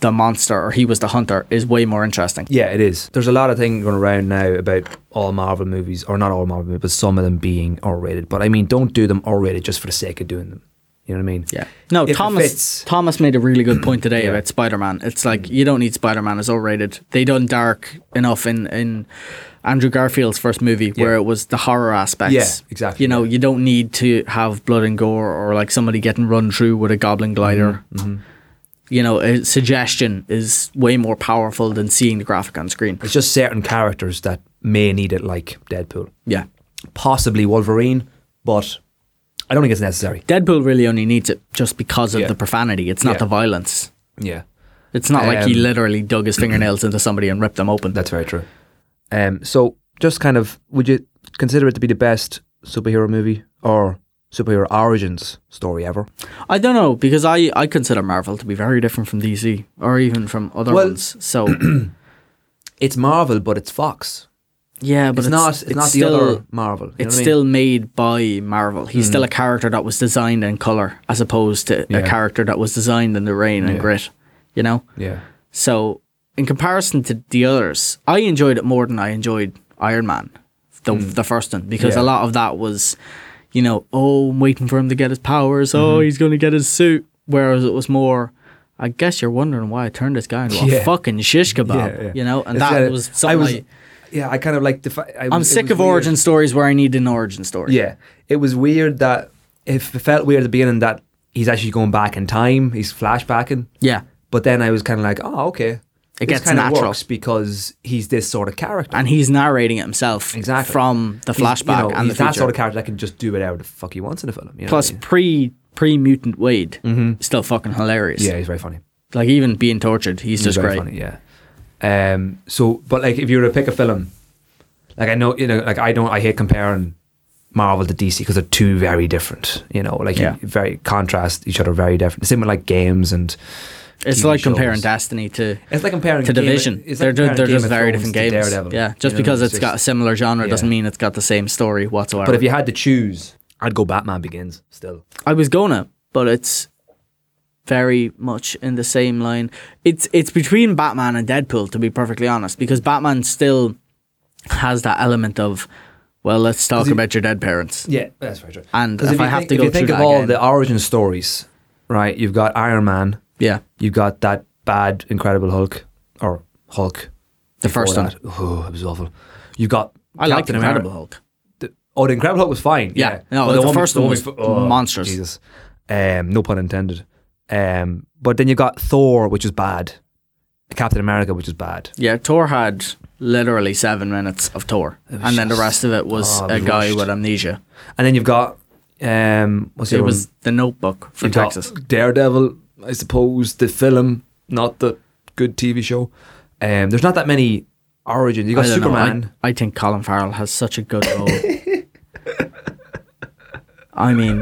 S4: the monster or he was the hunter is way more interesting.
S3: Yeah, it is. There's a lot of things going around now about all Marvel movies, or not all Marvel movies, but some of them being R rated. But I mean, don't do them R rated just for the sake of doing them. You know what I mean?
S4: Yeah. No,
S3: If it
S4: Thomas
S3: fits-
S4: Thomas made a really good point today
S3: Yeah.
S4: about Spider Man. It's like you don't need Spider Man, it's overrated. They done dark enough in, in Andrew Garfield's first movie where
S3: Yeah.
S4: it was the horror aspects.
S3: Yeah, exactly,
S4: You know,
S3: yeah.
S4: you don't need to have blood and gore or like somebody getting run through with a goblin glider.
S3: Mm-hmm,
S4: You know, a suggestion is way more powerful than seeing the graphic on screen.
S3: It's just certain characters that may need it, like Deadpool,
S4: Yeah.
S3: possibly Wolverine, but I don't think it's necessary.
S4: Deadpool really only needs it just because of
S3: Yeah.
S4: the profanity. It's not
S3: Yeah.
S4: the violence.
S3: Yeah.
S4: It's not like he
S3: Um,
S4: literally dug his fingernails into somebody and ripped them open.
S3: That's very true. Um, so, just kind of, would you consider it to be the best superhero movie or superhero origins story ever?
S4: I don't know because I, I consider Marvel to be very different from DC or even from other
S3: Well-
S4: ones. So
S3: It's Marvel, but it's Fox.
S4: yeah, but
S3: It's, not. It's, not
S4: still,
S3: the other Marvel. you know
S4: It's
S3: what I mean? Mm.
S4: still made by Marvel. He's still a character that was designed in color as opposed to
S3: Yeah.
S4: a character that was designed in the rain and
S3: Yeah.
S4: grit. You know.
S3: Yeah.
S4: So in comparison to the others, I enjoyed it more than I enjoyed Iron Man, the the first one, because
S3: Hmm. Yeah.
S4: a lot of that was, you know, oh, I'm waiting for him to get his powers. Oh,
S3: Mm-hmm.
S4: he's gonna get his suit. Whereas it was more. I guess you're wondering why I turned this guy into a
S3: Yeah.
S4: fucking shish kebab,
S3: Yeah, yeah.
S4: you know, and
S3: It's
S4: that
S3: kinda-
S4: was something. I
S3: I was, yeah, I kind of like the. Defi- I,
S4: am
S3: it
S4: sick
S3: was
S4: of
S3: weird.
S4: origin stories where I need an origin story.
S3: Yeah, it was weird that if it felt weird at the beginning that he's actually going back in time, he's flashbacking.
S4: yeah,
S3: But then I was kind of like, oh, okay.
S4: It
S3: This
S4: gets
S3: kinda
S4: natural.
S3: works because he's this sort of character.
S4: and he's narrating it himself
S3: exactly
S4: from the
S3: He's, you
S4: flashback
S3: know,
S4: and the
S3: he's that
S4: future.
S3: sort of character that can just do whatever the fuck he wants in a film. You know
S4: Plus,
S3: what I mean?
S4: pre pre mutant Wade, still fucking hilarious.
S3: Mm-hmm. yeah, he's very funny.
S4: Like even being tortured, he's
S3: He's
S4: just
S3: very
S4: great.
S3: funny, yeah. Um, so, but like, if you were to pick a film, like I know, you know, like I don't, I hate comparing Marvel to DC because they're two very different. You know, like
S4: Yeah.
S3: you- very contrast each other, very different. Same with like games and
S4: It's
S3: TV
S4: like comparing
S3: shows.
S4: Destiny to
S3: It's like comparing
S4: to
S3: Game-
S4: Division.
S3: it's
S4: they're
S3: like
S4: ju-
S3: comparing
S4: they're
S3: Game
S4: just
S3: of
S4: very
S3: Thrones
S4: different
S3: to
S4: games.
S3: Daredevil.
S4: Yeah, just
S3: You know what I mean?
S4: because
S3: It's
S4: it's got a
S3: just-
S4: similar genre doesn't
S3: yeah.
S4: mean it's got the same story whatsoever.
S3: But if you had to choose, I'd go Batman Begins still.
S4: I was gonna, but it's very much in the same line. It's it's between Batman and Deadpool, to be perfectly honest, because Batman still has that element of, well, let's talk about your dead parents.
S3: Yeah, that's very true.
S4: And
S3: 'Cause
S4: if
S3: you
S4: I have
S3: think,
S4: to go
S3: if you think
S4: through
S3: of
S4: that
S3: all
S4: again-
S3: the origin stories, right? You've got Iron Man,
S4: Yeah,
S3: you've got that bad Incredible Hulk or Hulk.
S4: the
S3: before
S4: first one.
S3: that. Oh, it was awful. You've got
S4: I like the
S3: Captain America-
S4: Incredible Hulk.
S3: the- oh, the Incredible Hulk was fine.
S4: Yeah.
S3: Yeah,
S4: No,
S3: But
S4: the
S3: be-
S4: first one was
S3: befo-
S4: monstrous.
S3: oh, Jesus, um, no pun intended. Um, but then you got Thor, which is bad. Captain America, which is bad.
S4: Yeah, Tor had literally seven minutes of Tor, and then the rest of it was
S3: Oh, it
S4: a
S3: was
S4: guy
S3: rushed.
S4: with amnesia.
S3: And then you've got um, what's the
S4: It
S3: other
S4: was the Notebook from
S3: one? You've got
S4: Texas.
S3: Daredevil, I suppose the film, not the good TV show. Um, there's not that many origins. You got
S4: I don't know,
S3: Superman.
S4: I, I think Colin Farrell has such a good role. I mean,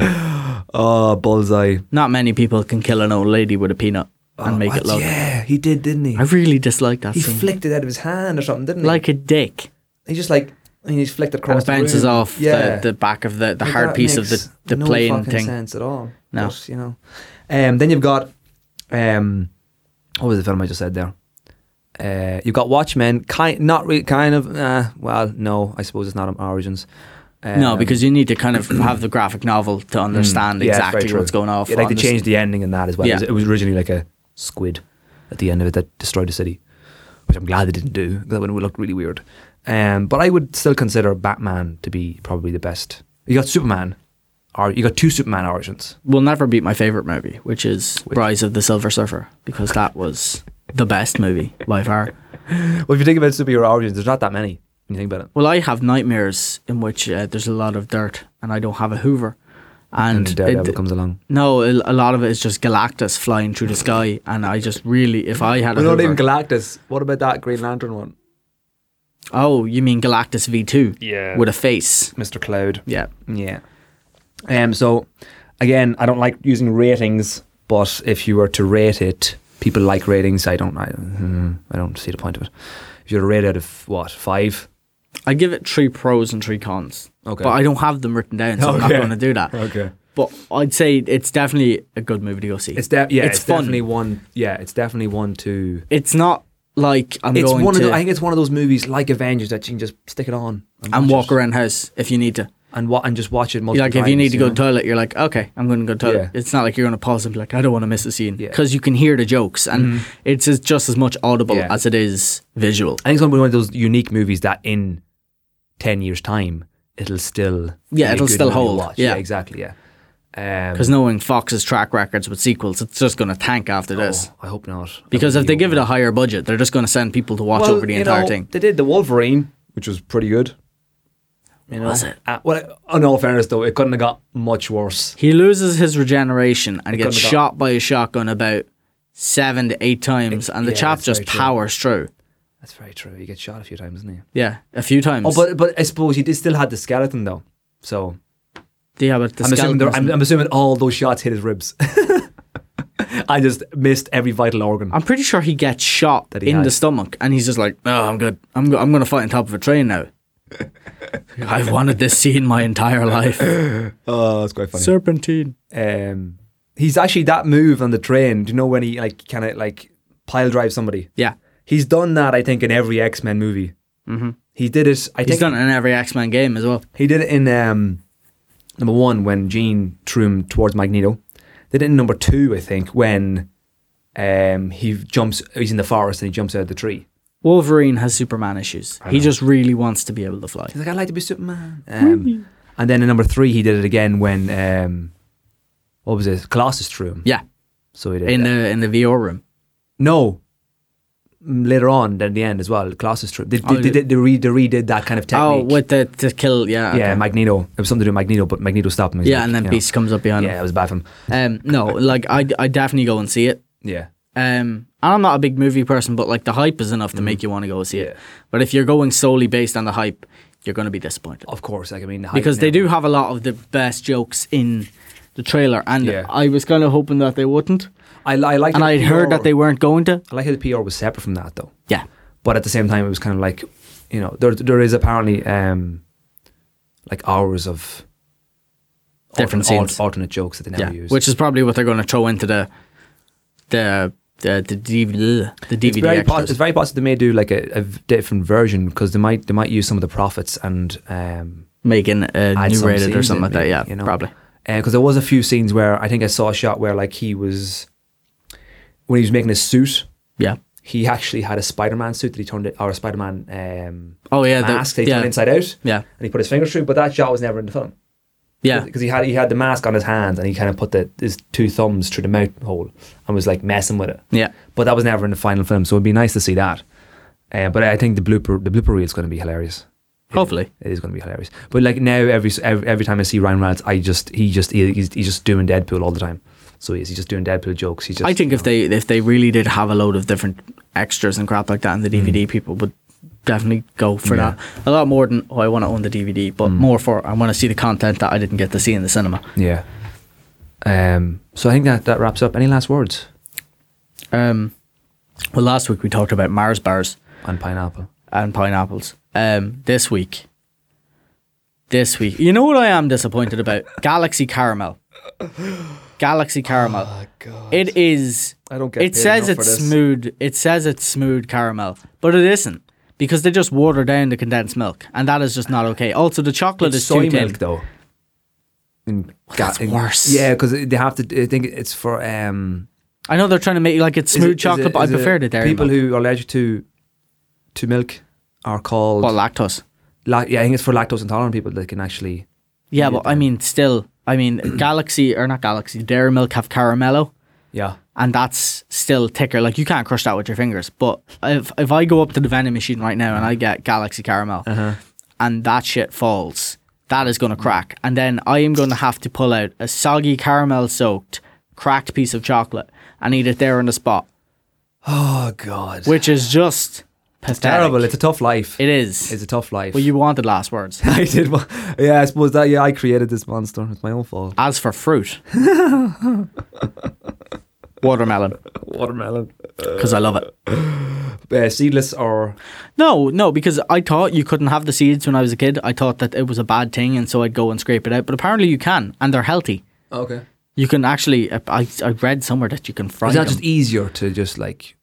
S3: Oh, Bullseye.
S4: not many people can kill an old lady with a peanut and
S3: Oh,
S4: make
S3: what?
S4: it look.
S3: Yeah, he did, didn't he?
S4: I really dislike that
S3: he
S4: scene.
S3: flicked it out of his hand or something, didn't he?
S4: like a dick.
S3: He just like and he's flicked
S4: And
S3: across.
S4: it bounces
S3: the room.
S4: off the, the back of the, the
S3: Like,
S4: hard
S3: that
S4: piece of
S3: makes
S4: the, the
S3: no
S4: plane
S3: fucking
S4: thing.
S3: sense at all.
S4: No.
S3: But, you know. Um, then you've got um, what was the film I just said there? Uh, you've got Watchmen, kind not really, kind of. Uh, well, no, I suppose it's not on origins. Um,
S4: no, because you need to kind of have the graphic novel to understand
S3: Mm. yeah, it's very
S4: exactly
S3: true.
S4: what's going off.
S3: Yeah, like
S4: on
S3: they
S4: this-
S3: changed the ending in that as well.
S4: Yeah.
S3: It, was, it was originally like a squid at the end of it that destroyed the city, which I'm glad they didn't do. 'cause That would have looked really weird. Um, but I would still consider Batman to be probably the best. You got Superman, or you got two Superman origins.
S4: will never beat my favorite movie, which is Rise of the Silver Surfer, because that was the best movie by far.
S3: Well, if you think about superhero origins, there's not that many. When you think about it,
S4: Well, I have nightmares in which uh, there's a lot of dirt and I don't have a Hoover. And,
S3: and Daredevil
S4: it-
S3: comes along.
S4: no, a a lot of it is just Galactus flying through the sky, and I just really, if I had a
S3: We're
S4: Hoover,
S3: not even Galactus. What about that Green Lantern one?
S4: Oh, you mean Galactus V two?
S3: Yeah.
S4: With a face.
S3: Mr. Cloud.
S4: Yeah.
S3: Yeah. Um, so, again, I don't like using ratings, but if you were to rate it, people like ratings. I don't. I, mm, I don't see the point of it. If you're rated out of what five,
S4: I give it three pros and three cons.
S3: Okay.
S4: But I don't have them written down, so I'm not
S3: Okay.
S4: going to do that.
S3: Okay.
S4: But I'd say it's definitely a good movie to go see.
S3: it's de- yeah, it's,
S4: fun.
S3: definitely one. Yeah, it's definitely one to.
S4: It's not like I'm
S3: It's
S4: going
S3: one
S4: to
S3: of. The, I think it's one of those movies like Avengers that you can just stick it on watch
S4: and walk
S3: it.
S4: around house if you need to.
S3: and what and just watch it multiple
S4: Like if you need
S3: times,
S4: to go to
S3: know?
S4: the toilet, you're like, okay, I'm going to go to the toilet.
S3: Yeah.
S4: It's not like you're going to pause and be like, I don't want to miss a scene
S3: Yeah. Mm-hmm.
S4: because you can hear the jokes and it's as- just as much audible
S3: Yeah.
S4: as it is visual.
S3: I think it's going to be one of those unique movies that in 10 years' time, it'll still.
S4: Yeah,
S3: be a
S4: it'll
S3: good
S4: still
S3: movie to
S4: hold.
S3: Watch.
S4: Yeah.
S3: exactly. Yeah. Um,
S4: Because knowing Fox's track records with sequels, it's just going to tank after this.
S3: oh, I hope not.
S4: Because if they give it a higher budget, they're just going to send people to watch over the entire thing.
S3: They did The Wolverine, which was pretty good. You know?
S4: Was it?
S3: Uh, well, in all fairness, though, it couldn't have got much worse.
S4: He loses his regeneration and gets
S3: couldn't have
S4: shot by a shotgun about seven to eight times, and the
S3: yeah,
S4: chap
S3: that's
S4: just
S3: very true.
S4: powers through.
S3: That's very true. He gets shot a few times, doesn't he?
S4: Yeah, a few times.
S3: Oh, but, but I suppose he did still had the skeleton, though. So
S4: yeah, but the
S3: I'm assuming, there,
S4: skeleton
S3: I'm,
S4: isn't-
S3: I'm assuming all those shots hit his ribs. I just missed every vital organ.
S4: I'm pretty sure he gets shot
S3: That he
S4: in the
S3: had.
S4: stomach, and he's just like, "Oh, I'm good. I'm go- I'm gonna fight on top of a train now. I've wanted this scene my entire life.
S3: Oh, that's quite funny.
S4: Serpentine.
S3: um, he's actually that move on the train. Do you know when he like kind of like pile drive somebody?
S4: Yeah,
S3: He's done that, I think, in every X Men movie. Mm-hmm. He did it. I
S4: he's
S3: think
S4: done it in every X Men game as well.
S3: he did it in um, number one when Jean threw him towards Magneto. Did it in number two, I think, when um, he jumps. He's in the forest and he jumps out of the tree.
S4: Wolverine has Superman issues. He just really wants to be able to fly.
S3: He's like, I'd like to be Superman. Um, and then in number three, he did it again when um, what was it? Colossus threw him.
S4: Yeah,
S3: So he did
S4: in uh,
S3: that.
S4: the in the VR room.
S3: No. Mm, Later on, than the end as well, Colossus trip. They, they,
S4: Oh,
S3: they,
S4: yeah.
S3: they, re, they redid that kind of technique.
S4: Oh, with the to kill, yeah,
S3: yeah,
S4: okay.
S3: Magneto. It was something to do with Magneto, but Magneto stopped him.
S4: yeah, and then
S3: you know.
S4: Beast comes up behind
S3: Yeah, it was bad for him.
S4: him. Um, no, like I, I definitely go and see it.
S3: Yeah,
S4: Um, and I'm not a big movie person, but like the hype is enough to make you want to go see it.
S3: Mm-hmm. Yeah.
S4: But if you're going solely based on the hype, you're going to be disappointed
S3: of course. Like Oh, I mean, the hype
S4: because
S3: and
S4: they do
S3: everything.
S4: have a lot of the best jokes in the trailer, and
S3: Yeah.
S4: I was kind of hoping that they wouldn't,
S3: I, li- I like.
S4: and I had heard that they weren't going to.
S3: I like how the PR was separate from that though.
S4: Yeah,
S3: But at the same time, it was kind of like, you know, there there is apparently um, like hours of
S4: Different
S3: alternate,
S4: scenes.
S3: alternate jokes that they never
S4: yeah,
S3: use.
S4: which is probably what they're going to throw into the the the the DVD. The DVD
S3: it's very, po-
S4: extras.
S3: it's very possible they may do like a, a v- different version because they might they might use some of the profits and um,
S4: making a
S3: add
S4: new
S3: some
S4: rated or
S3: scenes
S4: something
S3: in,
S4: like that.
S3: maybe,
S4: Yeah,
S3: you know?
S4: probably.
S3: because Uh, there was a few scenes where I think I saw a shot where like he was when he was making his suit,
S4: Yeah.
S3: he actually had a Spider-Man suit that he turned it or a Spider-Man um,
S4: Oh yeah, the-
S3: mask that he
S4: yeah,
S3: turned inside out,
S4: yeah,
S3: and he put his fingers through. But that shot was never in the film
S4: yeah.
S3: because he had he had the mask on his hands and he kind of put the, his two thumbs through the mouth hole and was like messing with it.
S4: Yeah.
S3: but that was never in the final film, so it'd be nice to see that. Uh, but I think the blooper the blooper reel is going to be hilarious.
S4: Hopefully.
S3: It is going to be hilarious. But like now, every every, every time I see Ryan Reynolds, I just he just he, he's, he's just doing Deadpool all the time. So he is, he's just doing Deadpool jokes. He just
S4: I think
S3: you
S4: if
S3: know.
S4: they if they really did have a load of different extras and crap like that in the DVD, people would definitely go for
S3: Yeah.
S4: that. A lot more than oh, I want to own the DVD, but more for I want to see the content that I didn't get to see in the cinema.
S3: yeah. Um. So I think that that wraps up. Any last words
S4: Um, well, last week we talked about Mars bars
S3: on pineapple?
S4: and pineapples. Um, this week, this week, you know what I am disappointed about? Galaxy Caramel. Galaxy Caramel.
S3: Oh, God.
S4: It is.
S3: I don't get
S4: It
S3: paid
S4: says
S3: enough for
S4: it's
S3: this.
S4: smooth. It says it's smooth caramel, but it isn't because they just water down the condensed milk, and that is just not okay. Also, the chocolate
S3: It's
S4: is
S3: soy
S4: too
S3: milk
S4: thin.
S3: though. In
S4: that's
S3: in-
S4: worse.
S3: Yeah, because they have to. I think it's for um.
S4: I know they're trying to make like it's
S3: is
S4: smooth
S3: it- is
S4: chocolate,
S3: it-
S4: but I
S3: is it-
S4: prefer the dairy
S3: People
S4: milk.
S3: who are allergic to to milk are called.
S4: well, lactose.
S3: la- yeah, I think it's for lactose intolerant people that can actually.
S4: Yeah, but I mean, still, I mean, Galaxy or not Galaxy, Dairy Milk have caramello,
S3: Yeah.
S4: and that's still thicker. Like you can't crush that with your fingers. But if if I go up to the vending machine right now and I get Galaxy caramel,
S3: Uh-huh.
S4: and that shit falls, that is going to crack. And then I am going to have to pull out a soggy caramel soaked, cracked piece of chocolate and eat it there on the spot,
S3: Oh God.
S4: which is just pathetic.
S3: Terrible. It's a tough life.
S4: It is.
S3: It's a tough life.
S4: well, you wanted last words.
S3: I did. wa- Yeah, I suppose that. Yeah, I created this monster. It's my own fault.
S4: As for fruit, watermelon,
S3: Watermelon.
S4: because I love it.
S3: Uh, seedless or
S4: No, no, because I thought you couldn't have the seeds when I was a kid. I thought that it was a bad thing, and so I'd go and scrape it out. But apparently, you can, and they're healthy.
S3: okay.
S4: You can actually. I, I read somewhere that you can fry
S3: Is that
S4: them.
S3: just easier to just like?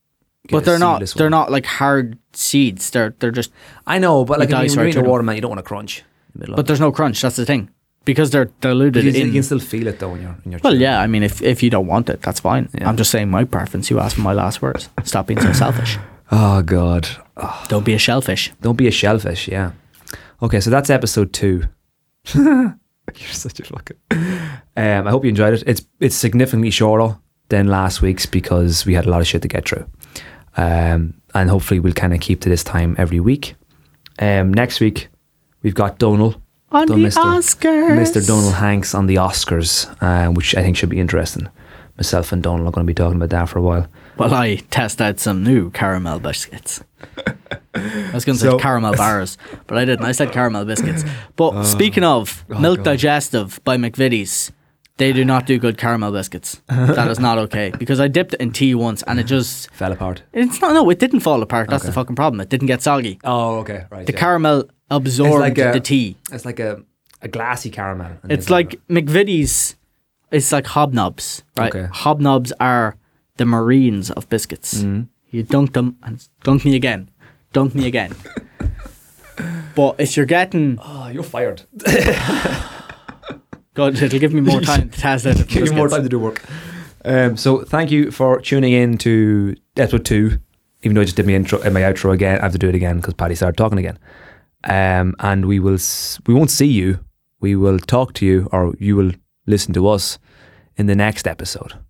S3: get
S4: but
S3: a
S4: they're not.
S3: seedless
S4: They're
S3: one?
S4: not like hard seeds. They're they're just.
S3: I know, but like
S4: Like
S3: I mean,
S4: ice
S3: when you
S4: or
S3: eat a
S4: turtle.
S3: watermelon, you don't want to crunch. In the middle of
S4: But
S3: it.
S4: there's no crunch. That's the thing, because they're diluted
S3: you,
S4: in.
S3: you can still feel it though in your in your.
S4: well,
S3: chewing.
S4: yeah. I mean, if if you don't want it, that's fine. I'm just saying my preference. You asked for my last words. Stop being so selfish.
S3: Oh god.
S4: Don't be a shellfish.
S3: Don't be a shellfish, yeah. Okay, so that's episode two. You're such a fucking. Um, I hope you enjoyed it. It's it's significantly shorter than last week's because we had a lot of shit to get through, um, and hopefully we'll kind of keep to this time every week. Um, next week we've got Donal
S4: On
S3: Don-
S4: the Oscars.
S3: Mr. Donald Hanks on the Oscars, uh, which I think should be interesting. Myself and Donald are going to be talking about that for a while.
S4: Well, I test out some new caramel biscuits. I was going to
S3: So-
S4: say caramel bars, but I didn't. I said caramel biscuits. But
S3: Ah.
S4: speaking of
S3: Oh,
S4: Milk Digestive by McVitie's, they do not do good caramel biscuits. that is not okay because I dipped it in tea once and it just.
S3: Fell apart.
S4: It's not. No, it didn't fall apart. That's the fucking problem. It didn't get soggy.
S3: Oh, okay, right.
S4: The caramel absorbed the tea.
S3: It's like a, a glassy caramel. and
S4: It's
S3: then-
S4: like McVitie's. It's like hobnobs, right?
S3: Okay.
S4: Hobnobs are the marines of biscuits.
S3: Mm-hmm.
S4: You dunk them and s- dunk me again, dunk me again. but if you're getting
S3: Oh, you're fired.
S4: God, it'll give me more time to test out. the
S3: Give you more
S4: biscuits.
S3: time to do work. Um, so thank you for tuning in to episode two. Even though I just did my intro and my outro again, I have to do it again because Paddy started talking again. Um, and we will s- we won't see you. We will talk to you, or you will listen to us in the next episode.